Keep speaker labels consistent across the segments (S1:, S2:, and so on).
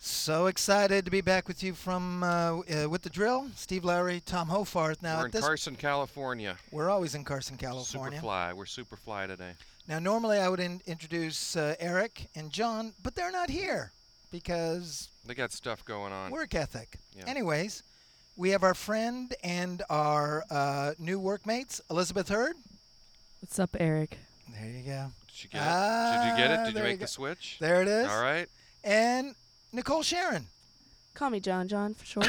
S1: So excited to be back with you from uh, uh, with the drill. Steve Lowry, Tom Hofarth. Now
S2: We're
S1: at
S2: in
S1: Uh, this,
S2: Carson, California.
S1: we're always in Carson, California.
S2: Superfly. We're Superfly today.
S1: Now normally I would in- introduce uh, Eric and John, but they're not here because
S2: They got stuff going on.
S1: work ethic.
S2: Yeah.
S1: Anyways, we have our friend and our uh, new workmates, Elizabeth Hurd.
S3: What's up, Eric?
S1: There you go.
S2: Did you get it? Did you get
S1: Ah,
S2: it? Did you
S1: there you
S2: make
S1: go.
S2: the switch?
S1: There it is.
S2: All right.
S1: And Nicole Sharon.
S3: Call me John John for short.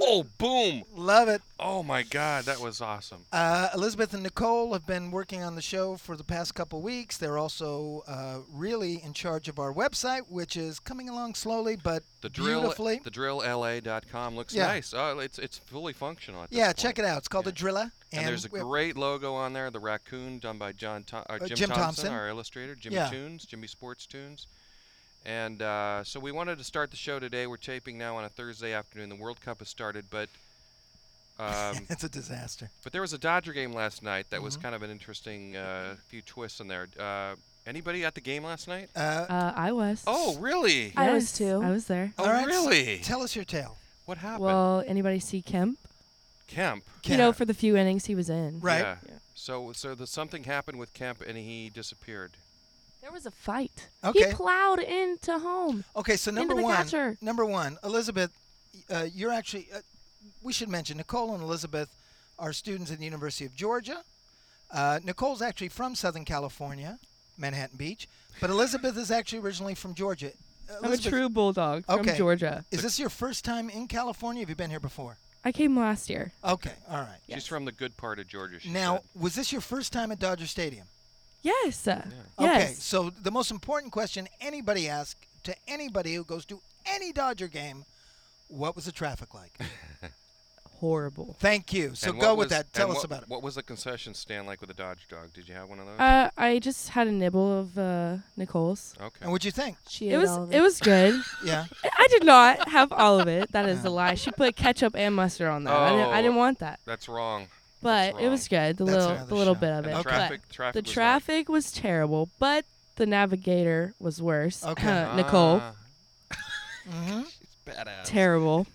S2: Oh, boom.
S1: Love it.
S2: Oh, my God. That was awesome.
S1: Uh, Elizabeth and Nicole have been working on the show for the past couple weeks. They're also uh, really in charge of our website, which is coming along slowly but
S2: The drill,
S1: beautifully.
S2: the drillla.com looks
S1: Yeah.
S2: nice. Oh, it's it's fully functional. At this
S1: yeah,
S2: point.
S1: check it out. It's called
S2: Yeah.
S1: the Drilla.
S2: And, there's a
S1: we-
S2: great logo on there. The raccoon done by John Tom- uh, Jim,
S1: Jim
S2: Thompson,
S1: Thompson.
S2: our illustrator. Jimmy
S1: Yeah.
S2: Tunes, Jimmy Sports Tunes. And uh, so we wanted to start the show today. We're taping now on a Thursday afternoon. The World Cup has started, but um,
S1: it's a disaster.
S2: But there was a Dodger game last night that
S1: Mm-hmm.
S2: was kind of an interesting uh, few twists in there. Uh, anybody at the game last night?
S1: Uh,
S3: Uh, I was.
S2: Oh, really?
S3: I was
S4: Yes,
S3: too.
S4: I was there.
S2: oh,
S1: all right, so
S2: really?
S1: tell us your tale.
S2: what happened?
S4: Well, anybody see Kemp?
S2: Kemp.
S4: You know,
S1: Karen.
S4: for the few innings he was in.
S1: Right.
S2: Yeah.
S4: Yeah.
S2: So, so the, something happened with Kemp, and he disappeared.
S4: There was a fight.
S1: Okay.
S4: He plowed into home.
S1: Okay, so number
S4: the
S1: one,
S4: catcher.
S1: number one, Elizabeth, y- uh, you're actually. Uh, we should mention Nicole and Elizabeth are students at the University of Georgia. Uh, Nicole's actually from Southern California, Manhattan Beach, but Elizabeth is actually originally from Georgia. Uh,
S3: I'm a
S1: Elizabeth,
S3: true bulldog
S1: Okay.
S3: from Georgia.
S1: Is this your first time in California? Have you been here before?
S3: I came last year.
S1: Okay, all right.
S2: She's from the good part of Georgia. She
S1: Now, was this your first time at Dodger Stadium?
S3: Yes.
S1: Okay,
S3: Yes.
S1: so the most important question anybody asks to anybody who goes to any Dodger game what was the traffic like?
S3: Horrible.
S1: Thank you.
S2: said.
S1: So
S2: And
S1: go
S2: what
S1: with
S2: was-
S1: that. Tell
S2: and
S1: us
S2: what-
S1: about it.
S2: What was the concession stand like with the Dodge dog? Did you have one of those?
S4: Uh, I just had a nibble of uh, Nicole's.
S2: okay.
S1: And what'd you think?
S4: She
S3: it
S4: ate
S3: was.
S4: all of
S3: It was good.
S1: Yeah.
S3: I did not have all of it. That is a lie. She put ketchup and mustard on that. I, didn't, I
S2: Oh.
S3: didn't want that.
S2: That's wrong. That's
S3: But it was good. The
S1: That's
S3: little,
S1: another
S3: the little
S1: show.
S3: bit of
S2: And
S3: it.
S2: the
S3: But
S2: traffic, traffic.
S3: the
S2: was like-
S3: traffic was terrible. But the navigator was worse.
S1: Okay.
S3: Nicole,
S2: Ah,
S1: hmm
S2: she's badass.
S3: terrible.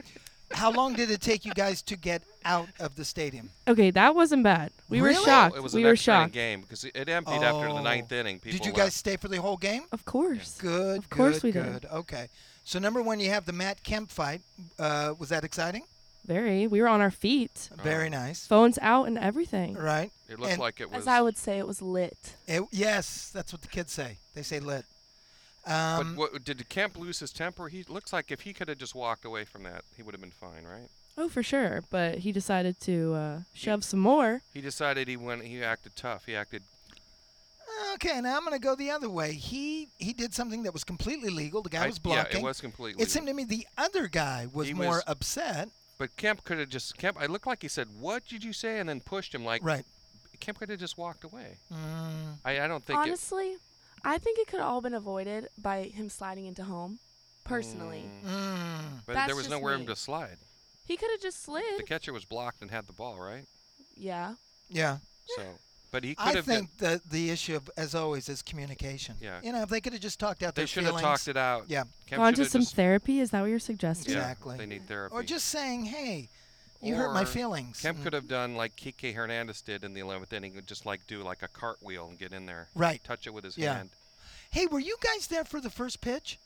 S1: How long did it take you guys to get out of the stadium?
S3: Okay, that wasn't bad. We
S1: Really?
S3: were shocked.
S2: It was
S3: we
S2: an
S3: were
S2: extra inning
S3: shocked.
S2: game because it, it emptied after the
S1: Oh.
S2: ninth inning. People
S1: did you
S2: left.
S1: guys stay for the whole game?
S3: Of course.
S1: Good.
S3: Of course
S1: good,
S3: we did.
S1: good. Okay. So number one, you have the Matt Kemp fight. Uh, was that exciting?
S3: Very. We were on our feet.
S2: Oh.
S1: Very nice.
S3: Phones out and everything.
S1: Right.
S2: It looked
S1: And-
S2: like it was.
S4: As I would say, it was lit.
S1: It- yes, that's what the kids say. They say lit.
S2: but
S1: Um,
S2: what, did Kemp lose his temper? He looks like if he could have just walked away from that, he would have been fine, right?
S3: Oh, for sure. But he decided to uh, shove some more.
S2: He decided he went. He acted tough. He acted.
S1: okay. Now I'm going to go the other way. He he did something that was completely legal. The guy
S2: I-
S1: was blocking.
S2: Yeah, it was completely.
S1: It seemed to me the other guy was
S2: He
S1: more
S2: was-
S1: upset.
S2: but Kemp could have just. Kemp. I looked like he said, "What did you say?" and then pushed him. Like
S1: Right.
S2: Kemp could have just walked away.
S1: Mm,
S2: I, I don't think. it-
S4: Honestly, I think it could have all been avoided by him sliding into home. Personally,
S2: Mm,
S1: mm.
S2: but
S4: That's
S2: there was
S4: just
S2: nowhere
S4: me.
S2: him to slide.
S4: he could have just
S2: The
S4: slid.
S2: catcher was blocked and had the ball, right?
S4: Yeah.
S1: Yeah.
S2: So, but he could
S1: I
S2: have.
S1: think the the issue, of, as always, is communication.
S2: Yeah.
S1: You know, if they could have just talked out
S2: they
S1: their
S2: should
S1: feelings.
S2: have talked it out.
S1: Yeah.
S2: Kemp
S3: Gone
S2: should
S3: to
S2: have
S3: some
S2: just-
S3: therapy? Is that what you're suggesting?
S2: yeah,
S1: Exactly.
S2: They need therapy.
S1: Or just saying, hey, you hurt my
S2: Or
S1: feelings.
S2: Kemp
S1: Mm.
S2: could have done like Kike Hernandez did in the 11th inning, and just like do like a cartwheel and get in there,
S1: Right.
S2: touch it with his
S1: Yeah.
S2: hand.
S1: Hey, were you guys there for the first pitch?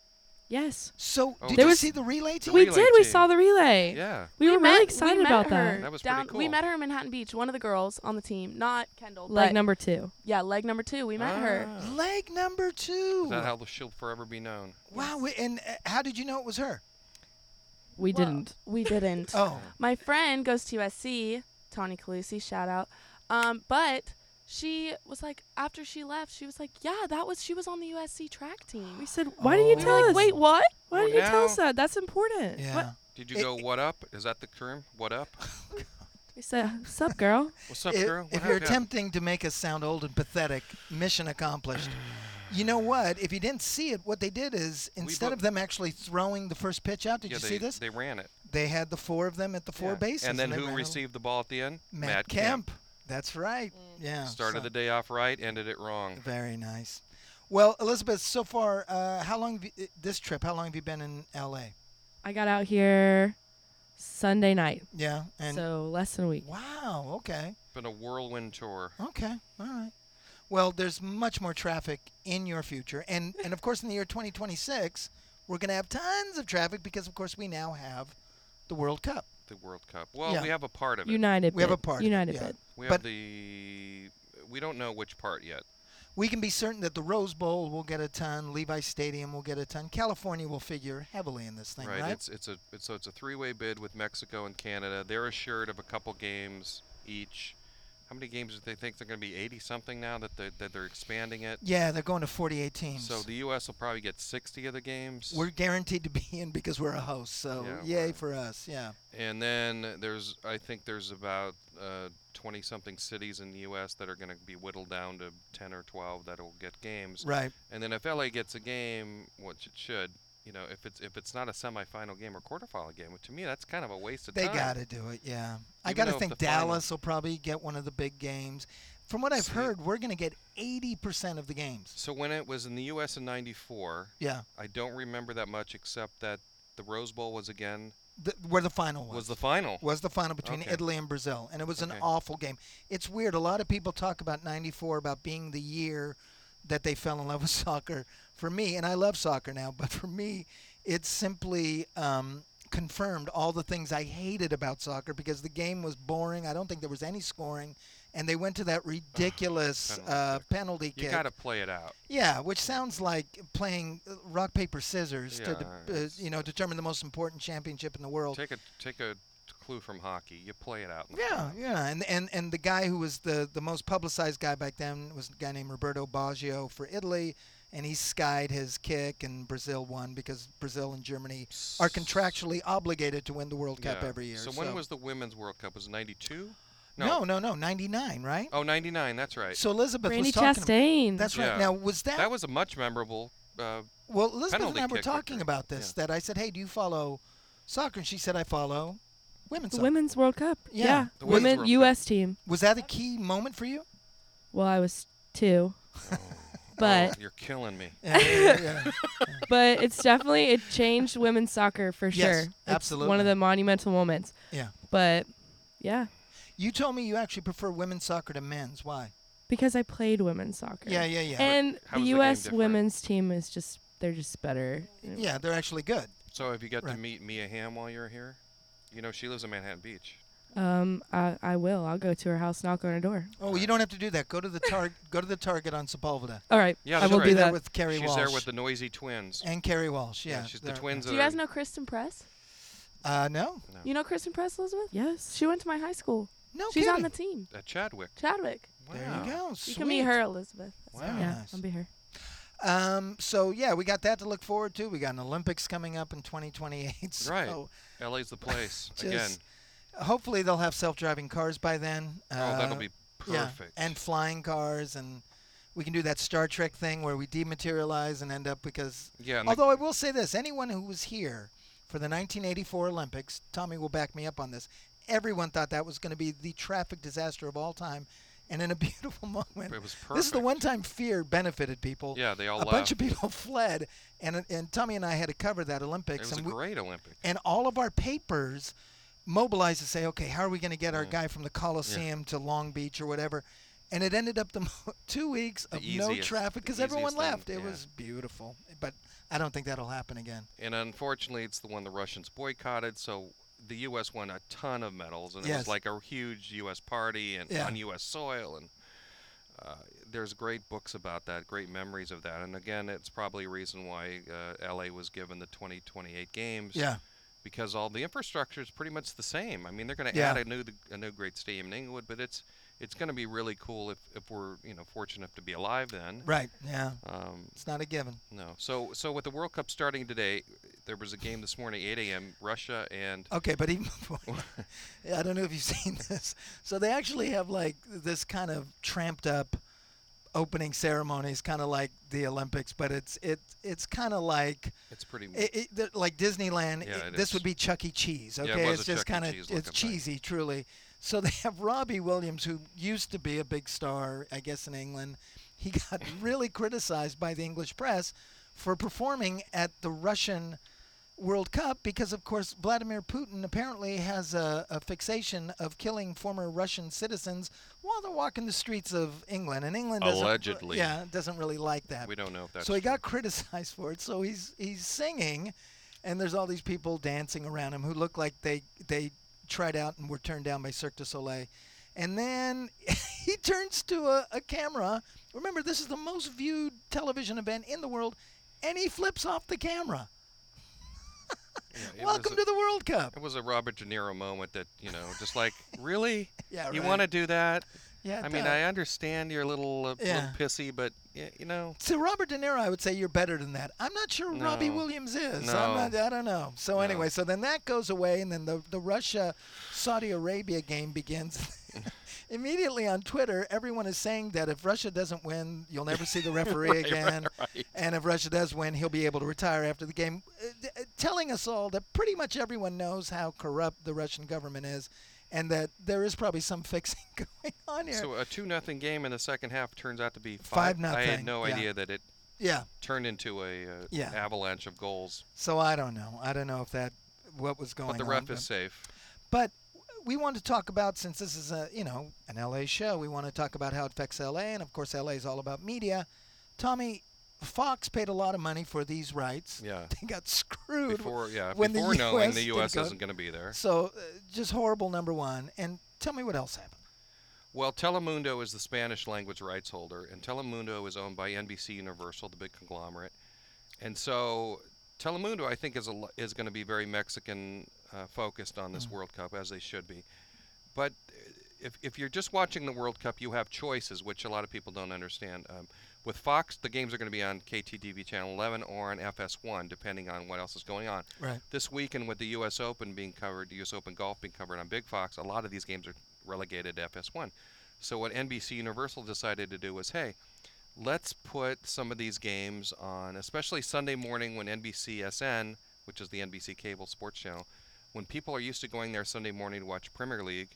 S3: Yes.
S1: So
S2: Oh,
S1: did
S2: There
S1: you
S3: was-
S1: see the relay team?
S3: We
S2: relay
S3: did. We
S2: team.
S3: saw the relay.
S2: Yeah,
S3: We, were
S4: met-
S3: really excited
S4: met
S3: about
S4: her
S3: that.
S2: That was pretty
S4: down, We
S2: cool.
S4: met her in Manhattan Beach. One of the girls on the team, not Kendall.
S3: Leg
S4: but-
S3: number two.
S4: Yeah, leg number two. We met her.
S2: Ah.
S1: Leg number two.
S2: Is that how she'll forever be known?
S1: wow. we- And uh, how did you know it was her?
S3: We
S4: Well,
S3: didn't.
S4: We didn't.
S1: Oh,
S4: My friend goes to USC, Tawny Calusi, shout out. Um, but she was like, after she left, she was like, yeah, that was, she was on the USC track team.
S3: We said, why didn't
S1: Oh.
S3: you
S4: We
S3: tell
S4: were like,
S3: us?
S4: wait, what?
S3: Why
S2: Well,
S3: didn't you tell us
S2: now-
S3: that? That's important.
S1: yeah.
S3: What?
S2: Did you
S1: It-
S2: go what up? Is that the term? What up?
S3: We said, sup, girl?
S2: What's up,
S1: if,
S2: girl? What
S1: if you're
S2: up, yeah?
S1: attempting to make us sound old and pathetic, mission accomplished. You know what? If you didn't see it, what they did is instead
S2: bo-
S1: of them actually throwing the first pitch out, did
S2: Yeah,
S1: you
S2: they,
S1: see this?
S2: They ran it.
S1: They had the four of them at the four
S2: Yeah.
S1: bases.
S2: And then
S1: they
S2: who
S1: ran a-
S2: received the ball at the end?
S1: Matt, Kemp.
S2: Kemp.
S1: That's right.
S3: Mm.
S1: Yeah.
S2: Started
S1: so-
S2: the day off right, ended it wrong.
S1: Very nice. Well, Elizabeth, so far, uh, how long have you, this trip? How long have you been in L.A.?
S3: I got out here Sunday night,
S1: Yeah. And
S3: so less than a week.
S1: wow. Okay.
S2: Been a whirlwind tour.
S1: Okay. All right. Well, there's much more traffic in your future, and and of course in the year 2026, we're going to have tons of traffic because of course we now have the World Cup.
S2: The World Cup. Well,
S1: Yeah.
S2: we have a part of it.
S3: United.
S1: We have
S3: bid.
S1: a part of it,
S3: United
S1: yeah.
S3: bid.
S2: we
S1: but-
S2: have the. We don't know which part yet.
S1: We can be certain that the Rose Bowl will get a ton, Levi Stadium will get a ton, California will figure heavily in this thing, right?
S2: It's it's a it's, so it's a three-way bid with Mexico and Canada. They're assured of a couple games each. How many games do they think they're going to be? 80 something now that they that they're expanding it.
S1: yeah, they're going to 48 teams.
S2: So the U.S. will probably get 60 of the games.
S1: we're guaranteed to be in because we're a host. So
S2: Yeah,
S1: yay
S2: we're-
S1: for us. Yeah.
S2: and then there's I think there's about uh, 20 something cities in the U.S. that are going to be whittled down to 10 or 12 that will get games.
S1: Right.
S2: And then if LA gets a game, which it should, you know, if it's if it's not a semifinal game or quarterfinal game, which to me that's kind of a waste of
S1: They
S2: time.
S1: got to do it. Yeah. I
S2: Even
S1: got to
S2: though if
S1: think
S2: the final-
S1: Dallas will probably get one of the big games. From what I've
S2: See-
S1: heard, we're going to get 80% of the games.
S2: So when it was in the U.S. in '94,
S1: Yeah.
S2: I don't remember that much except that the Rose Bowl was again
S1: The, where the final was.
S2: was the final.
S1: was the final between
S2: Okay.
S1: Italy and Brazil, and it was an
S2: Okay.
S1: awful game. It's weird. A lot of people talk about '94 about being the year that they fell in love with soccer. For me, and I love soccer now, but for me, it simply um, confirmed all the things I hated about soccer because the game was boring. I don't think there was any scoring, and they went to that ridiculous
S2: penalty
S1: uh,
S2: kick.
S1: penalty
S2: You
S1: kick.
S2: got to play it out.
S1: Yeah, which sounds like playing uh, rock paper scissors
S2: Yeah,
S1: to de- uh,
S2: it's-
S1: you know determine the most important championship in the world.
S2: Take a take a clue from hockey. You play it out. in the
S1: Yeah,
S2: final.
S1: yeah, and and and the guy who was the the most publicized guy back then was a guy named Roberto Baggio for Italy, and he skied his kick, and Brazil won because Brazil and Germany are contractually obligated to win the World Cup
S2: Yeah.
S1: every year.
S2: So when was the Women's World Cup? Was it '92?
S1: no, no, no, ninety nine, right?
S2: Oh, '99. That's right.
S1: So Elizabeth
S3: Randy
S1: was talking. ab-
S3: Chastain.
S1: that's right.
S2: Yeah.
S1: Now was that,
S2: That was a much memorable. Uh,
S1: well? Elizabeth and
S2: penalty
S1: I were
S2: kick
S1: talking
S2: victory.
S1: about this. That I said, hey, do you follow soccer? And she said, I follow women's
S3: the
S1: soccer.
S3: Women's World Cup.
S1: Yeah,
S3: Yeah.
S2: the Women's
S3: Women
S2: World
S3: U.S. team.
S1: Was that a key moment for you?
S3: Well, I was two,
S2: oh,
S3: but
S2: you're killing me.
S1: Yeah, yeah, yeah.
S3: but it's definitely it changed women's soccer for
S1: Yes,
S3: sure. It's one
S1: absolutely.
S3: of the monumental moments.
S1: Yeah.
S3: But yeah,
S1: You told me you actually prefer women's soccer to men's. Why?
S3: because I played women's soccer.
S1: Yeah, yeah, yeah.
S3: And
S2: how was the
S3: the
S2: game
S3: U.S.
S2: different?
S3: women's team is just they're just better.
S1: Yeah, they're actually good.
S2: So have you got
S1: Right.
S2: to meet Mia Hamm while you're here? You know she lives in Manhattan Beach.
S3: Um, I, I will. I'll go to her house, knock on her door.
S1: Oh, you don't have to do that. Go to the tar- go to the Target on Sepulveda.
S3: All right.
S2: Yeah,
S3: I
S2: that's
S3: will
S2: right.
S3: do
S1: there
S3: that.
S1: with Carrie
S2: she's
S1: Walsh.
S2: there with the noisy twins.
S1: and Carrie Walsh. Yeah,
S2: she's the
S1: they're-
S2: twins.
S4: Do
S2: that
S4: you guys
S2: are-
S4: know Kristen Press?
S1: Uh, no,
S2: No.
S4: You know Kristen Press, Elizabeth?
S3: Yes.
S4: She went to my high school.
S1: no
S4: She's
S1: kidding.
S4: on the team.
S2: At Chadwick.
S4: Chadwick.
S1: there
S2: Wow.
S1: you go.
S4: You can meet
S1: Sweet.
S4: her, Elizabeth.
S1: Wow.
S3: yeah,
S1: Oh, nice.
S3: I'll be here.
S1: Um, so yeah, we got that to look forward to. We got an Olympics coming up in 2028. So
S2: Right. LA's the place
S1: Just-
S2: again.
S1: hopefully they'll have self-driving cars by then. Uh,
S2: oh, that'll be
S1: yeah,
S2: perfect.
S1: and flying cars, and we can do that Star Trek thing where we dematerialize and end up because
S2: yeah, and the-
S1: Although I will say this, anyone who was here for the 1984 Olympics, Tommy will back me up on this. Everyone thought that was going to be the traffic disaster of all time, and in a beautiful moment,
S2: it was perfect.
S1: this is the one time fear benefited people.
S2: Yeah, they all
S1: a
S2: left.
S1: bunch of people fled, and and Tommy and I had to cover that
S2: it
S1: Olympics,
S2: was a
S1: and we,
S2: great Olympic.
S1: and all of our papers mobilized to say, okay, how are we going to get our
S2: Mm.
S1: guy from the Coliseum to Long Beach or whatever? And it ended up the mo- two weeks
S2: The
S1: of no
S2: easiest-
S1: traffic
S2: the
S1: because everyone
S2: easiest thing,
S1: left. It
S2: yeah.
S1: was beautiful, but I don't think that'll happen again.
S2: And unfortunately, it's the one the Russians boycotted. So the U.S. won a ton of medals, and it
S1: Yes.
S2: was like a huge U.S. party and
S1: Yeah.
S2: on U.S. soil. And uh, there's great books about that, great memories of that. And again, it's probably a reason why uh, L.A. was given the 2028 games.
S1: Yeah,
S2: because all the infrastructure is pretty much the same. I mean, they're going to
S1: Yeah.
S2: add a new a new great stadium in Inglewood, but it's it's going to be really cool if, if we're you know fortunate enough to be alive then.
S1: right. Yeah,
S2: Um,
S1: it's not a given.
S2: no, so so with the World Cup starting today, there was a game this morning, 8 a.m. Russia and
S1: Okay, but even before, I don't know if you've seen this. So they actually have like this kind of tramped up opening ceremonies, kind of like the Olympics, but it's it it's kind of like
S2: it's pretty.
S1: it, it, th- like Disneyland.
S2: Yeah,
S1: it-
S2: it
S1: this
S2: is.
S1: would be Chuck E. Cheese.
S2: it
S1: Okay,
S2: was
S1: it's
S2: a
S1: just
S2: Chuck E.
S1: kind of
S2: Cheese
S1: it's
S2: looking thing.
S1: cheesy, truly. So they have Robbie Williams, who used to be a big star, I guess, in England. He got really criticized by the English press for performing at the Russian World Cup because, of course, Vladimir Putin apparently has a, a fixation of killing former Russian citizens while they're walking the streets of England, and England doesn't,
S2: Allegedly.
S1: yeah, doesn't really like that.
S2: We don't know if that's
S1: so he
S2: true.
S1: got criticized for it. So he's he's singing, and there's all these people dancing around him who look like they they tried out and were turned down by Cirque du Soleil. And then he turns to a, a camera. Remember, this is the most viewed television event in the world, and he flips off the camera.
S2: Yeah, it
S1: Welcome
S2: was
S1: to the World Cup.
S2: a, It was a Robert De Niro moment that you know, just like really,
S1: Yeah,
S2: you
S1: right.
S2: want to do that?
S1: Yeah,
S2: I mean,
S1: duh.
S2: I understand you're a little, uh,
S1: Yeah.
S2: little pissy, but y- you know,
S1: To Robert De Niro, I would say you're better than that. I'm not sure Robbie
S2: No.
S1: Williams is.
S2: No.
S1: I'm not, I don't know. So
S2: No.
S1: anyway, so then that goes away, and then the the Russia Saudi Arabia game begins. Immediately on Twitter, everyone is saying that if Russia doesn't win, you'll never see the referee
S2: Right,
S1: again.
S2: right, right.
S1: And if Russia does win, he'll be able to retire after the game, uh, d- uh, telling us all that pretty much everyone knows how corrupt the Russian government is, and that there is probably some fixing going on here.
S2: So a two nothing game in the second half turns out to be
S1: Five
S2: five. I had
S1: nothing,
S2: no
S1: yeah.
S2: idea that it
S1: yeah.
S2: turned into a uh,
S1: Yeah.
S2: avalanche of goals,
S1: So I don't know. I don't know if that what was going
S2: but the
S1: on.
S2: ref is safe.
S1: But we want to talk about since this is a you know an LA show, we want to talk about how it affects LA, and of course LA is all about media. Tommy, Fox paid a lot of money for these rights.
S2: Yeah.
S1: they got screwed.
S2: Before, yeah,
S1: when the
S2: before knowing
S1: US
S2: the
S1: did
S2: U.S.
S1: go-
S2: isn't going to be there.
S1: So uh, just horrible number one. And tell me what else happened.
S2: Well, Telemundo is the Spanish language rights holder, and Telemundo is owned by NBC Universal, the big conglomerate. And so, Telemundo, I think, is a, lo- is going to be very Mexican uh, focused on this World Cup, as they should be. But uh, if, if you're just watching the World Cup, you have choices, which a lot of people don't understand. Um, with Fox, the games are going to be on KTTV Channel 11 or on FS1, depending on what else is going on
S1: Right.
S2: this weekend with the U.S. Open being covered, the U.S. Open golf being covered on Big Fox, a lot of these games are relegated to FS1. So what NBC Universal decided to do was, hey, let's put some of these games on, especially Sunday morning when NBCSN, which is the NBC cable sports channel, when people are used to going there Sunday morning to watch Premier League,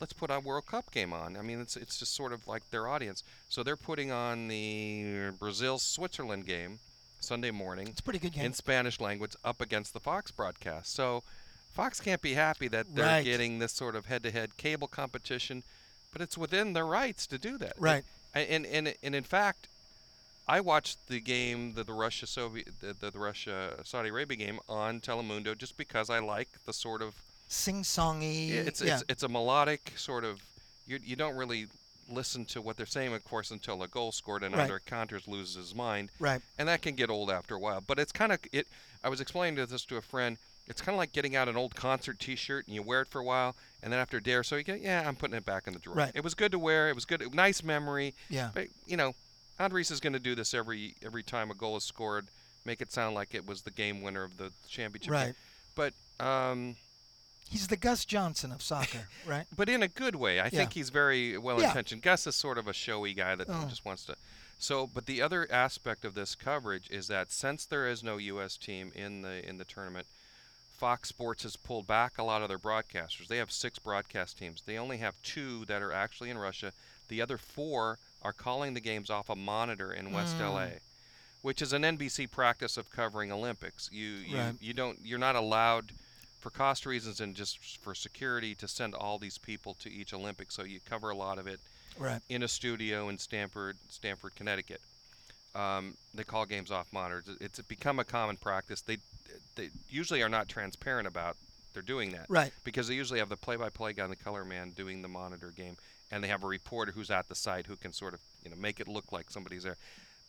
S2: let's put a World Cup game on. I mean, it's it's just sort of like their audience. So they're putting on the Brazil Switzerland game Sunday morning
S1: It's a pretty good game.
S2: in Spanish language up against the Fox broadcast. So Fox can't be happy that they're
S1: Right.
S2: getting this sort of head-to-head cable competition, but it's within their rights to do that.
S1: Right.
S2: And and and, and in fact, I watched the game, the, the Russia Soviet, the, the, the Russia Saudi Arabia game on Telemundo just because I like the sort of
S1: Sing songy.
S2: yeah, it's,
S1: yeah.
S2: it's it's a melodic sort of you you don't really listen to what they're saying of course until a goal scored and
S1: Right.
S2: either Conters loses his mind
S1: right.
S2: and that can get old after a while. But it's kind of it. I was explaining to this to a friend. It's kind of like getting out an old concert T-shirt and you wear it for a while, and then after a day or so, you go, "Yeah, I'm putting it back in the drawer."
S1: Right.
S2: It was good to wear. It was good. Nice memory.
S1: Yeah.
S2: But you know, Andres is going to do this every every time a goal is scored, make it sound like it was the game winner of the championship.
S1: Right.
S2: game. But um,
S1: He's the Gus Johnson of soccer, right?
S2: but in a good way. I think he's very well intentioned. Gus is sort of a showy guy that
S1: Oh.
S2: just wants to. So, but the other aspect of this coverage is that since there is no U.S. team in the in the tournament, Fox Sports has pulled back a lot of their broadcasters. They have six broadcast teams. They only have two that are actually in Russia. The other four are calling the games off a monitor in West LA, which is an NBC practice of covering Olympics. You you,
S1: Right.
S2: you don't you're not allowed for cost reasons and just for security to send all these people to each Olympics. So you cover a lot of it
S1: Right.
S2: in a studio in Stamford, Stamford, Connecticut. Um, they call games off monitors. It- It's become a common practice. They they usually are not transparent about they're doing that
S1: Right.
S2: because they usually have the play-by-play guy and the color man doing the monitor game, and they have a reporter who's at the site who can sort of you know make it look like somebody's there.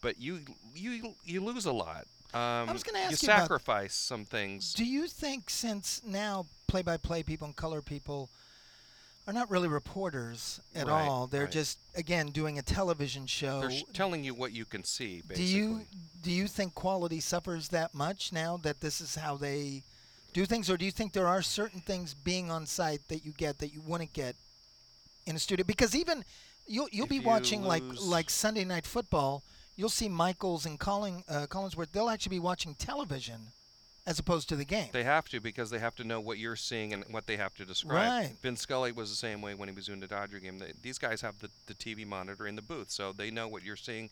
S2: But you you you lose a lot. Um,
S1: was gonna ask you about-
S2: sacrifice some things.
S1: Do you think since now play-by-play people and color people are not really reporters at
S2: Right,
S1: all, they're
S2: right.
S1: just again doing a television show.
S2: They're sh- telling you what you can see.
S1: do
S2: Basically.
S1: you do you think quality suffers that much now that this is how they do things, or do you think there are certain things being on site that you get that you wouldn't get in a studio? Because even you'll you'll
S2: If
S1: be
S2: you
S1: watching like
S2: lose-
S1: like Sunday Night Football, you'll see Michaels and Colling, uh, Collinsworth. They'll actually be watching television as opposed to the game.
S2: They have to because they have to know what you're seeing and what they have to describe.
S1: Right.
S2: Ben Scully was the same way when he was doing the Dodger game. They, these guys have the, the TV monitor in the booth, so they know what you're seeing.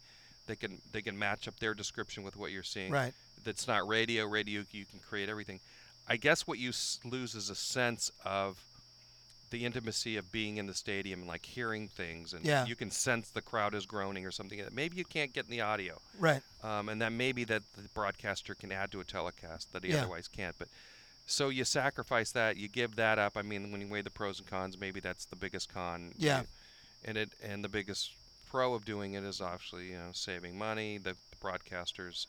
S2: They can they can match up their description with what you're seeing.
S1: Right.
S2: that's not radio. Radio, you can create everything. I guess what you s- lose is a sense of the intimacy of being in the stadium and like hearing things, and
S1: Yeah.
S2: you can sense the crowd is groaning or something that maybe you can't get in the audio,
S1: Right.
S2: um, and then maybe that the broadcaster can add to a telecast that he
S1: Yeah.
S2: otherwise can't. But so you sacrifice that, you give that up. I mean, when you weigh the pros and cons, maybe that's the biggest con.
S1: Yeah.
S2: You- and it and the biggest pro of doing it is obviously you know saving money. The broadcasters.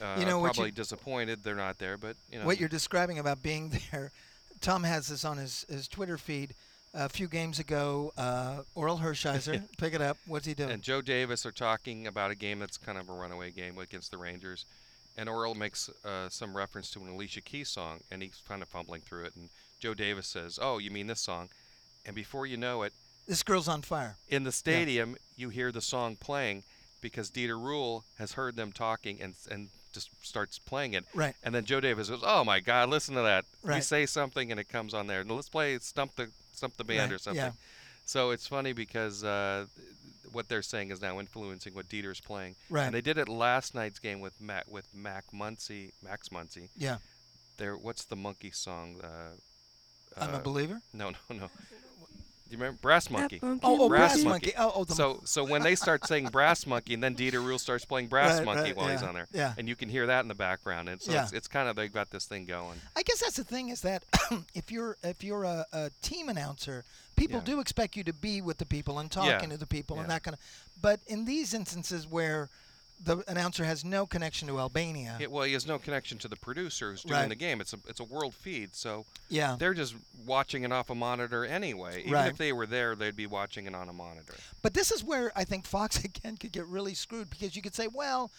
S2: Uh,
S1: You know,
S2: are
S1: what you-
S2: probably disappointed they're not there, but you know
S1: What you're describing about being there, Tom has this on his, his Twitter feed. A few games ago, uh, Oral Hershiser, pick it up. What's he doing?
S2: and Joe Davis are talking about a game that's kind of a runaway game against the Rangers, and Oral makes uh, some reference to an Alicia Keys song, and he's kind of fumbling through it, and Joe Davis says, "Oh, you mean this song?" And before you know it,
S1: this girl's on fire.
S2: in the stadium, you hear the song playing because Dieter Rule has heard them talking and and just starts playing it.
S1: Right.
S2: And then Joe Davis goes, "Oh my God, listen to that! We
S1: Right.
S2: say something and it comes on there. And let's play stump the stump the
S1: Right,
S2: band or something."
S1: yeah.
S2: So it's funny because uh, what they're saying is now influencing what Dieter's playing.
S1: Right.
S2: And they did it last night's game with Mac with Mac Muncy, Max Muncy.
S1: Yeah.
S2: There, what's the monkey song? Uh,
S1: I'm a
S2: uh,
S1: believer.
S2: no, no, no. Do you remember Brass Monkey?
S1: Oh, oh,
S2: Brass
S1: Brass
S2: Monkey.
S1: Monkey. Oh, oh, the
S2: So so when they start saying Brass Monkey, and then Dieter Rule starts playing Brass
S1: Right,
S2: Monkey
S1: right,
S2: while he's
S1: yeah,
S2: on there,
S1: yeah.
S2: and you can hear that in the background. And so
S1: Yeah.
S2: it's, it's kind of they've got this thing going.
S1: I guess that's the thing is that if you're if you're a, a team announcer, people
S2: Yeah.
S1: do expect you to be with the people and talking to the people and
S2: yeah.
S1: that kind of. But in these instances where the announcer has no connection to Albania,
S2: Yeah, well, he has no connection to the producer who's doing
S1: Right.
S2: the game. It's a it's a world feed, so
S1: yeah,
S2: they're just watching it off a monitor anyway. Even
S1: Right.
S2: if they were there, they'd be watching it on a monitor.
S1: But this is where I think Fox again could get really screwed because you could say, well,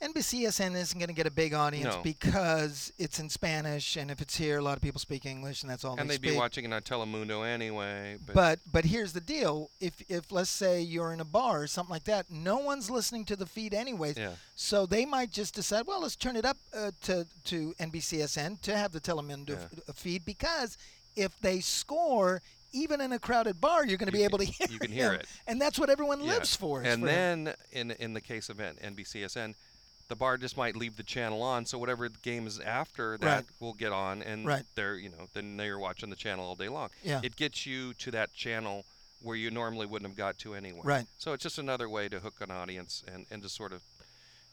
S1: NBCSN isn't going to get a big audience
S2: No.
S1: because it's in Spanish, and if it's here, a lot of people speak English, and that's all
S2: and
S1: they
S2: they'd
S1: speak.
S2: be watching it on Telemundo anyway. But,
S1: but but here's the deal: if if let's say you're in a bar or something like that, no one's listening to the feed anyways.
S2: Yeah.
S1: So they might just decide, well, let's turn it up uh, to to NBCSN to have the Telemundo
S2: Yeah.
S1: f- uh, feed because if they score, even in a crowded bar, you're going to be
S2: You can-
S1: able to hear.
S2: you can hear
S1: him.
S2: it.
S1: and that's what everyone
S2: Yeah.
S1: lives for. is
S2: And
S1: for him.
S2: then in in the case of N- NBCSN, the bar just might leave the channel on, so whatever the game is after that
S1: Right.
S2: will get on, and
S1: Right.
S2: they're you know then they're watching the channel all day long.
S1: Yeah.
S2: It gets you to that channel where you normally wouldn't have got to anyway.
S1: Right.
S2: So it's just another way to hook an audience and and to sort of,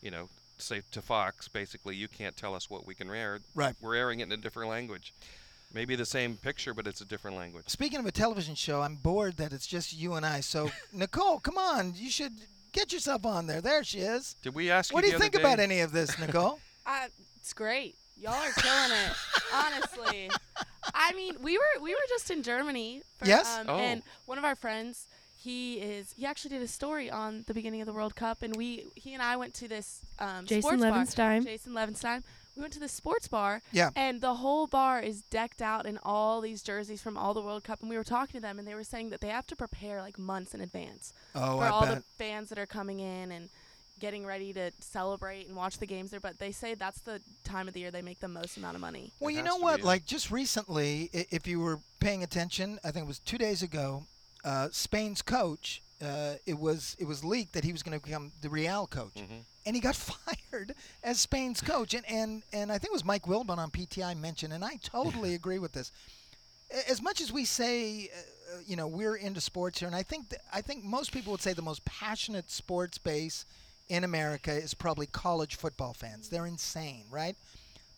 S2: you know. Say to Fox, basically, you can't tell us what we can air.
S1: Right.
S2: We're airing it in a different language. Maybe the same picture, but it's a different language.
S1: Speaking of a television show, I'm bored that it's just you and I. So Nicole, come on, you should get yourself on there. There she is.
S2: Did we ask
S1: What do
S2: you?
S1: you
S2: the
S1: think
S2: other
S1: about
S2: day-
S1: any of this, Nicole?
S4: I, it's great. Y'all are killing it. honestly. I mean, we were we were just in Germany. For,
S1: Yes?
S4: Um,
S2: Oh.
S4: And one of our friends, he is he actually did a story on the beginning of the World Cup, and we he and I went to this um,
S3: Jason
S4: sports bar.
S3: Levinstein.
S4: Jason Levinstein. We went to the sports bar.
S1: Yeah.
S4: And the whole bar is decked out in all these jerseys from all the World Cup. And we were talking to them, and they were saying that they have to prepare like months in advance
S1: Oh,
S4: for
S1: I
S4: all
S1: bet.
S4: the fans that are coming in and getting ready to celebrate and watch the games there. But they say that's the time of the year they make the most amount of money.
S1: Well,
S2: It
S1: you
S2: has
S1: know
S2: to
S1: what?
S2: be.
S1: Like just recently, i- if you were paying attention, I think it was two days ago, uh, Spain's coach. Uh, it was it was leaked that he was going to become the Real coach,
S2: Mm-hmm.
S1: and he got fired as Spain's coach. And and and I think it was Mike Wilbon on PTI mentioned, and I totally agree with this. A- As much as we say, uh, uh, you know, we're into sports here, and I think th- I think most people would say the most passionate sports base in America is probably college football fans. They're insane, right?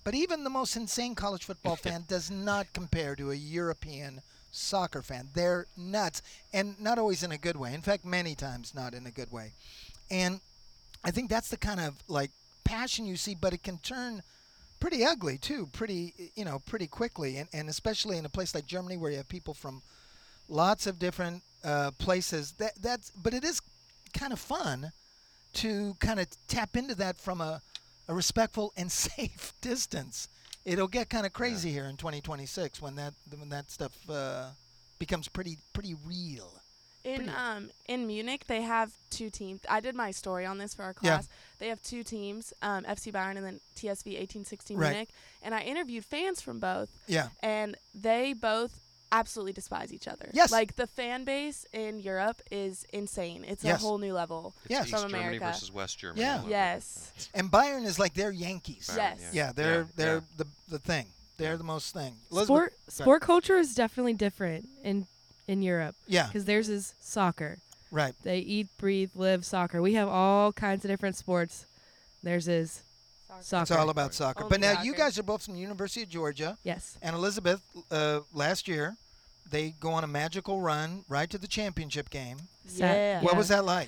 S1: But even the most insane college football fan does not compare to a European soccer fan. They're nuts, and not always in a good way. In fact, many times not in a good way. And I think that's the kind of like passion you see, but it can turn pretty ugly too, pretty you know, pretty quickly, and and especially in a place like Germany where you have people from lots of different uh, places. That that's but it is kind of fun to kind of tap into that from a, a respectful and safe distance. It'll get kind of crazy here in 2026 when that when that stuff uh, becomes pretty pretty real.
S4: In
S1: Pretty-
S4: um in Munich, they have two teams. I did my story on this for our
S1: Yeah.
S4: class. They have two teams, um, FC Bayern and then TSV 1860
S1: Right.
S4: Munich. And I interviewed fans from both,
S1: Yeah.
S4: and they both absolutely despise each other.
S1: Yes.
S4: Like the fan base in Europe is insane. It's
S1: Yes.
S4: a whole new level.
S1: Yes.
S2: East
S4: From
S2: Germany
S4: America.
S2: versus West Germany.
S1: Yeah.
S2: all over.
S4: Yes.
S1: And Bayern is like their Yankees.
S2: Bayern,
S4: Yes.
S1: Yeah, they're
S2: Yeah,
S1: they're
S2: yeah.
S1: the the thing. They're the most thing.
S3: Sport sport culture is definitely different in in Europe
S1: Yeah,
S3: because theirs is soccer.
S1: right.
S3: They eat, breathe, live soccer. We have all kinds of different sports. Theirs is soccer.
S1: It's all about soccer.
S4: All
S1: but now
S4: about
S1: you
S4: soccer.
S1: guys are both from the University of Georgia,
S3: yes.
S1: and Elizabeth uh, last year they go on a magical run right to the championship game.
S3: Sad.
S4: Yeah.
S1: What was that like?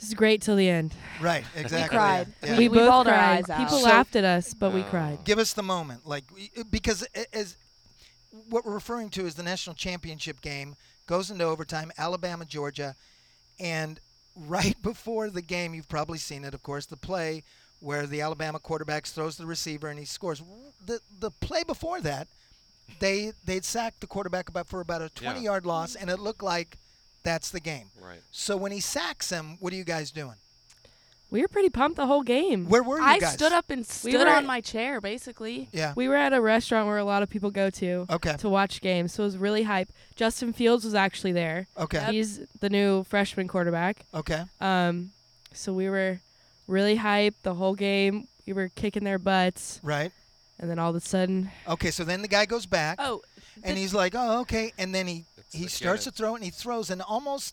S3: This is great till the end.
S1: Right, exactly.
S4: cried.
S1: Yeah.
S4: We-
S3: We, both
S4: bawled our
S3: cried.
S4: eyes out.
S3: People
S1: So-
S3: laughed at us, but we
S2: Oh.
S3: cried.
S1: Give us the moment, like we- because a- as what we're referring to is the national championship game goes into overtime, Alabama Georgia, and right before the game, you've probably seen it, of course, the play where the Alabama quarterback throws to the receiver and he scores. The the play before that, they they'd sacked the quarterback about for about a 20 yard loss, and it looked like that's the game.
S2: Right.
S1: So when he sacks him, what are you guys doing?
S3: We were pretty pumped the whole game.
S1: Where were you
S4: I
S1: guys?
S4: stood up and stood
S3: were-
S4: on my chair basically.
S1: Yeah.
S3: we were at a restaurant where a lot of people go to
S1: Okay.
S3: to watch games, so it was really hype. Justin Fields was actually there.
S1: Okay.
S3: He's the new freshman quarterback.
S1: Okay.
S3: Um, so we were really hyped the whole game. We were kicking their butts,
S1: Right.
S3: and then all of a sudden,
S1: Okay, so then the guy goes back,
S4: Oh,
S1: and
S4: the-
S1: he's like, "Oh, okay." And then he
S2: It's
S1: he
S2: the
S1: starts to
S2: gimmick.
S1: throw, it and he throws, and almost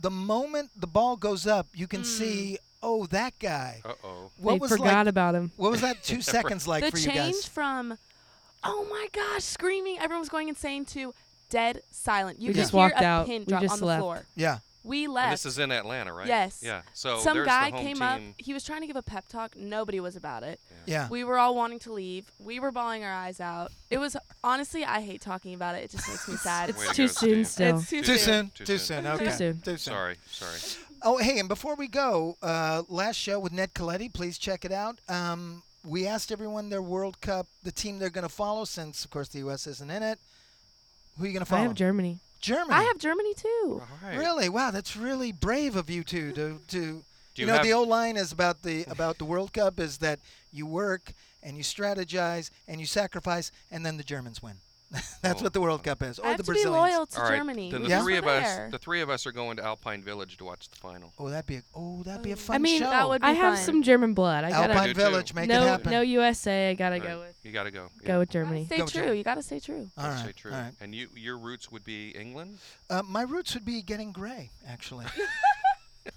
S1: the moment the ball goes up, you
S4: Hmm.
S1: can see, "Oh, that guy."
S2: Uh oh.
S1: What
S3: they
S1: was like?
S3: forgot about him.
S1: What was that? Two seconds like
S4: the
S1: for you
S4: change
S1: guys?
S4: from oh my gosh, screaming, everyone was going insane to dead silent. You
S3: We
S4: could
S3: just
S4: hear
S3: walked
S4: a
S3: out.
S4: pin
S3: We
S4: drop
S3: just
S4: on the
S3: left.
S4: floor.
S1: Yeah.
S4: We
S2: And
S4: left.
S2: this is in Atlanta, right?
S4: Yes.
S2: Yeah. So
S4: Some
S2: there's
S4: guy
S2: the home
S4: came
S2: team.
S4: up. He was trying to give a pep talk. Nobody was about it.
S1: Yeah.
S4: We were all wanting to leave. We were bawling our eyes out. It was honestly, I hate talking about it. It just makes me sad.
S3: It's
S2: Way to
S3: too
S2: go,
S3: soon
S2: Steve.
S3: still.
S4: It's too,
S1: Too
S4: soon.
S1: soon.
S2: Too
S1: Too
S2: soon.
S1: soon.
S3: Too
S1: Okay.
S3: soon.
S1: Too soon.
S2: Sorry. Sorry.
S1: Oh, hey, and before we go, uh, last show with Ned Coletti, please check it out. Um, we asked everyone their World Cup, the team they're going to follow, since of course the U.S. isn't in it. Who are you going to
S3: I
S1: follow?
S3: have Germany.
S1: Germany.
S4: I have Germany too.
S2: All right.
S1: Really? Wow, that's really brave of you two to to. You,
S2: you
S1: know,
S2: have-
S1: the old line is about the about the World Cup is that you work and you strategize and you sacrifice and then the Germans win. that's
S2: Oh.
S1: what the World Cup is. Or
S4: I have
S1: the
S4: to be
S1: Brazilians.
S4: loyal to
S2: All right.
S4: Germany.
S2: Then the
S4: We just
S2: three
S4: were
S2: of
S4: there.
S2: us, the three of us are going to Alpine Village to watch the final.
S1: Oh, that'd be a, oh, that'd be a
S4: Oh.
S1: fun
S3: I mean,
S1: show.
S4: that would be
S3: I have
S4: fine.
S3: some German blood. I gotta
S1: Alpine
S2: do too.
S1: Village, make
S3: no
S1: it happen.
S3: no USA. I gotta
S2: Right.
S3: go with
S2: You got to go.
S3: go with
S4: You gotta
S3: Germany.
S4: Stay
S1: Go
S4: true.
S1: Germany.
S4: You gotta stay true.
S1: all
S2: That's
S1: right,
S2: so true.
S1: all right.
S2: And you, your roots would be England.
S1: Uh, my roots would be getting gray, actually.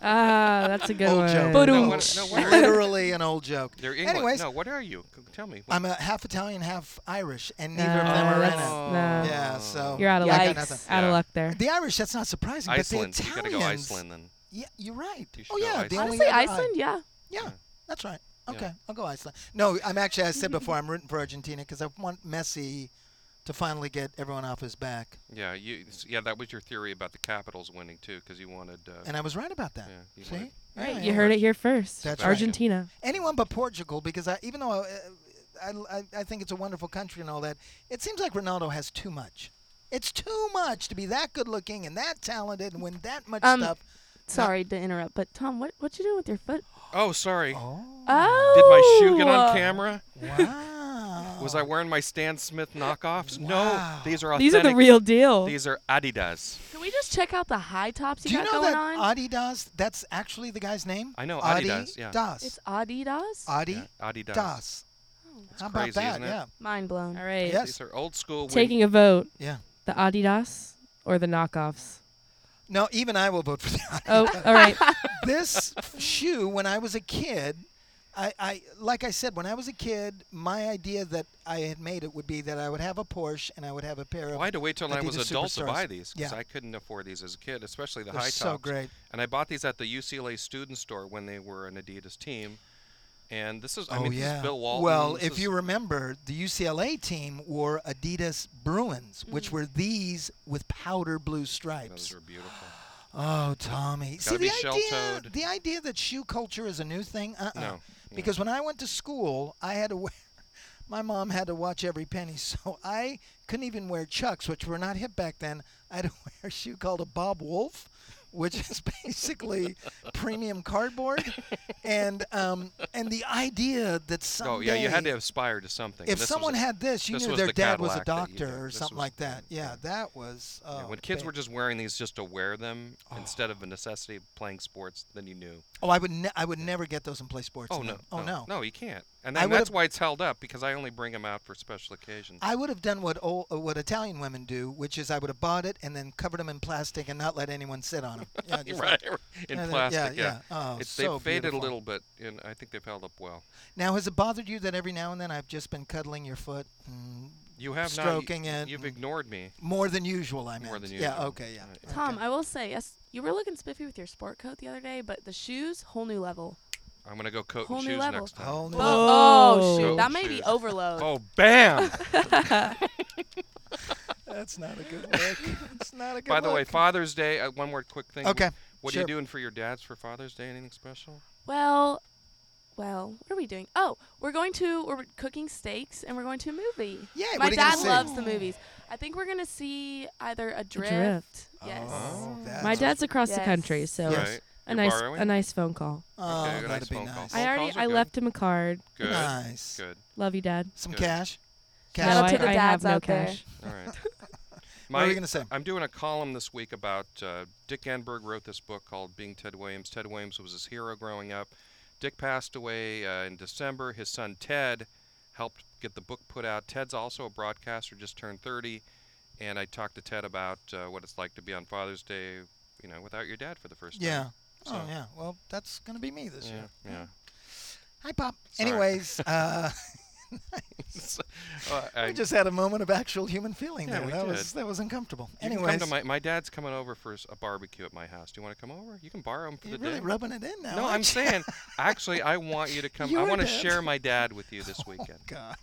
S3: Ah, that's a good
S1: Old
S3: one.
S1: joke.
S2: No,
S1: Ba-doom.
S2: what, no, what are you?
S1: Literally an old joke.
S2: They're England.
S1: Anyways.
S2: no, what are you? C- Tell me.
S1: I'm a half Italian, half Irish, and
S3: No,
S1: neither of them are in
S3: that's-
S2: Oh.
S1: it.
S3: no.
S4: Oh.
S1: Yeah, so-
S3: You're out of
S1: I
S3: luck.
S1: got
S3: Out
S1: nothing.
S3: of
S2: Yeah.
S3: luck there.
S1: The Irish, that's not surprising,
S2: Iceland.
S1: but the
S2: You got to
S1: Italians.
S2: go Iceland then.
S1: Yeah, you're right.
S2: You should
S1: Oh
S2: go
S1: yeah, the
S2: Iceland.
S1: only
S4: Honestly,
S1: other I-
S4: Iceland, yeah.
S1: Yeah,
S2: Yeah.
S1: that's right.
S2: Yeah.
S1: Okay, I'll go Iceland. No, I'm actually. I said before I'm rooting for Argentina because I want Messi to finally get everyone off his back,
S2: Yeah, you. s- Yeah, that was your theory about the Capitals winning too, because you wanted. Uh,
S1: and I was right about that.
S2: yeah, you
S1: See,
S2: wanted-
S1: Yeah,
S3: Right,
S1: yeah.
S3: you heard it here first.
S1: That's right.
S3: Argentina.
S1: Anyone but Portugal because I, even though I, I, I, I think it's a wonderful country and all that, it seems like Ronaldo has too much. It's too much to be that good looking and that talented and win that much
S4: Um,
S1: stuff.
S4: Sorry to interrupt, but Tom, what what you doing with your foot?
S2: Oh, sorry.
S1: Oh, uh,
S4: Oh.
S2: Did my shoe get on camera?
S1: wow.
S2: Was I wearing my Stan Smith knockoffs?
S1: oh. Wow.
S2: No, these are authentic.
S3: These are the real deal.
S2: These are Adidas.
S4: Can we just check out the high tops you
S1: Do you
S4: got
S1: know
S4: going
S1: that
S4: on?
S1: Adidas? That's actually the guy's name.
S2: I know,
S1: Adi
S2: Adidas, yeah.
S1: Das.
S4: it's Oh, Adidas.
S1: Adi
S2: Yeah, Adidas.
S1: Das. How about
S2: crazy,
S1: that?
S2: isn't it?
S1: Yeah.
S4: Mind blown.
S3: All right.
S1: Yes.
S2: These are old school.
S3: Taking a vote.
S1: Yeah.
S3: The Adidas or the knockoffs?
S1: No, even I will vote for that.
S3: Oh, all right.
S1: this shoe, when I was a kid, I, I like I said, when I was a kid, my idea that I had made it would be that I would have a Porsche and I would have a pair of.
S2: Well, I had to wait till I was
S1: Adidas
S2: adult to
S1: Superstars.
S2: buy these because
S1: Yeah.
S2: I couldn't afford these as a kid, especially the
S1: They're
S2: high
S1: so
S2: tops.
S1: great.
S2: And I bought these at the UCLA student store when they were an Adidas team. And this is, I
S1: oh
S2: mean, this
S1: yeah.
S2: is Bill Walton.
S1: well,
S2: this
S1: if
S2: is-
S1: you remember, the UCLA team wore Adidas Bruins,
S4: Mm-hmm.
S1: which were these with powder blue stripes.
S2: those are beautiful.
S1: Oh, Tommy. See,
S2: be
S1: the idea,
S2: shell-toed.
S1: the idea that shoe culture is a new thing, uh uh
S2: No,
S1: Because when I went to school, I had to wear, my mom had to watch every penny, so I couldn't even wear Chucks, which were not hip back then. I had to wear a shoe called a Bob Wolf, which is basically premium cardboard, and um, and the idea that someday
S2: oh yeah, you had to aspire to something.
S1: if
S2: This was
S1: someone
S2: a-
S1: had this, you
S2: this
S1: knew
S2: was
S1: their
S2: the
S1: dad was a
S2: Cadillac that you
S1: doctor
S2: did.
S1: or
S2: This
S1: something
S2: was-
S1: like that. Yeah, that was.
S2: yeah,
S1: oh,
S2: when kids
S1: babe.
S2: were just wearing these just to wear them instead of a necessity of playing sports, then you knew.
S1: Oh, I would. Ne- I would never get those and play sports.
S2: Oh
S1: in
S2: no,
S1: them. Oh no.
S2: no, you can't. And
S1: I
S2: then that's
S1: would've-
S2: why it's held up because I only bring them out for special occasions.
S1: I would have done what old, uh, what Italian women do, which is I would have bought it and then covered them in plastic and not let anyone sit on them. Yeah, just like-
S2: right, in
S1: yeah, they-
S2: plastic.
S1: Yeah, yeah. Oh,
S2: It's,
S1: so
S2: they've faded
S1: beautiful.
S2: a little bit, and I think they've held up well.
S1: Now, has it bothered you that every now and then I've just been cuddling your foot and
S2: You have
S1: Stroking
S2: not, y-
S1: it
S2: You've
S1: and-
S2: ignored me.
S1: more than usual? I meant.
S2: More than
S1: Yeah.
S2: usual.
S1: Okay. Yeah.
S2: Right.
S1: okay.
S4: Tom, I will say, yes, you were looking spiffy with your sport coat the other day, but the shoes, whole new level.
S2: I'm gonna go coat
S4: Whole
S2: and
S4: new
S2: shoes
S4: level.
S2: next time.
S1: Whole new
S4: Whoa.
S1: level.
S4: Oh,
S3: Whoa.
S4: shoot.
S2: Coat
S4: That
S2: and
S4: may be
S2: shoes.
S4: overload.
S2: Oh, bam!
S1: That's not a good look. That's not a good
S2: By the way,
S1: look.
S2: Father's Day. Uh, one more quick thing.
S1: Okay.
S2: What are
S1: sure.
S2: you doing for your dads for Father's Day? Anything special?
S4: Well, well, what are we doing? Oh, we're going to we're cooking steaks and we're going to a movie.
S1: Yay,
S4: My
S1: what are you gonna
S4: dad
S1: see?
S4: loves the movies. I think we're gonna see either Adrift.
S3: Adrift.
S4: Yes.
S1: Oh, that's
S3: My dad's across the
S4: Yes.
S3: country, so
S1: Yes.
S2: Right.
S3: a
S2: You're
S3: nice
S2: borrowing?
S3: a nice phone call.
S1: Oh,
S2: Okay, nice
S1: that'd be
S2: phone call.
S1: nice.
S2: Phone
S3: I already
S2: calls are
S3: I
S2: good.
S3: left him a card.
S2: Good.
S1: Nice.
S2: Good.
S3: Love you, Dad.
S1: Some
S2: Good.
S1: cash. Cash.
S4: Shout
S3: no,
S4: out
S3: I,
S4: to the
S3: I have
S4: dads
S3: no
S4: out there.
S3: cash.
S2: All right.
S1: What are you
S2: My,
S1: gonna say?
S2: I'm doing a column this week about uh, Dick Enberg wrote this book called Being Ted Williams. Ted Williams was his hero growing up. Dick passed away uh, in December. His son Ted helped get the book put out. Ted's also a broadcaster, just turned 30, and I talked to Ted about uh, what it's like to be on Father's Day, you know, without your dad for the first time.
S1: Yeah. Oh
S2: So-
S1: yeah. Well, that's gonna be me this
S2: Yeah,
S1: year.
S2: yeah.
S1: Hi, Pop.
S2: Sorry.
S1: Anyways, uh,
S2: So, uh, I-
S1: we just had a moment of actual human feeling
S2: Yeah,
S1: there.
S2: we
S1: that
S2: did.
S1: was that was uncomfortable.
S2: you can
S1: Anyways,
S2: come to my, my dad's coming over for s- a barbecue at my house. Do you want to come over? You can borrow him for
S1: you're
S2: the
S1: really
S2: day.
S1: rubbing it in now.
S2: No, I'm
S1: aren't you?
S2: saying actually I want you to come. I
S1: Your
S2: want to
S1: dad.
S2: share my dad with you this weekend.
S1: God.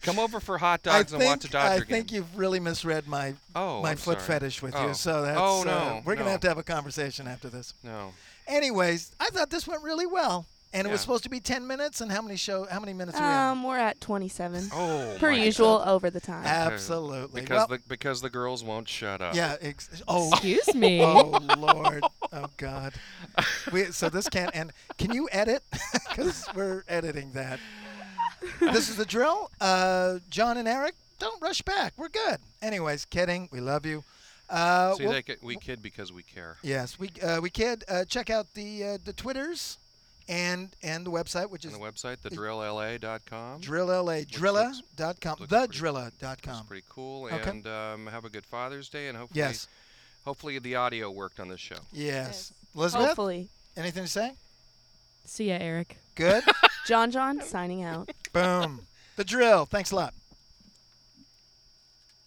S2: Come over for hot
S1: I
S2: dogs and watch a
S1: think- I
S2: Dodger game.
S1: think you've really misread my
S2: oh,
S1: my
S2: I'm
S1: foot
S2: sorry.
S1: fetish with
S2: Oh.
S1: you. So that's
S2: Oh,
S1: uh,
S2: no,
S1: we're gonna
S2: no.
S1: have to have a conversation after this.
S2: No.
S1: Anyways, I thought this went really well, and it was
S2: Yeah.
S1: supposed to be ten minutes. And how many show? How many minutes? are
S4: Um, we're at 27.
S2: Oh.
S4: per
S2: my
S4: usual,
S2: God.
S4: over the
S1: we on?
S4: time.
S1: Absolutely.
S2: Because
S1: well,
S2: the because the girls won't shut up.
S1: yeah. Ex- oh,
S3: Excuse me.
S1: Oh Lord! Oh God! We, so this can't end. Can you edit? Because we're editing that. This is the drill. Uh, John and Eric, don't rush back. We're good. Anyways, kidding. We love you. Uh,
S2: See,
S1: we'll-
S2: they could, we kid because we care.
S1: yes, we uh, we kid. Uh, check out the uh, the twitters, and and the website, which
S2: On
S1: is
S2: the website, thedrillla.com.
S1: drilllla
S2: looks-
S1: drilla.com.
S2: looks pretty- That's
S1: Thedrilla.com.
S2: pretty cool.
S1: Okay.
S2: And um, have a good Father's Day, and hopefully,
S1: Yes.
S2: hopefully the audio worked on this show.
S1: Yes.
S4: Yes.
S1: Elizabeth,
S4: Hopefully.
S1: anything to say?
S3: See ya, Eric.
S1: Good.
S4: John John signing out.
S1: Boom. The drill. Thanks a lot.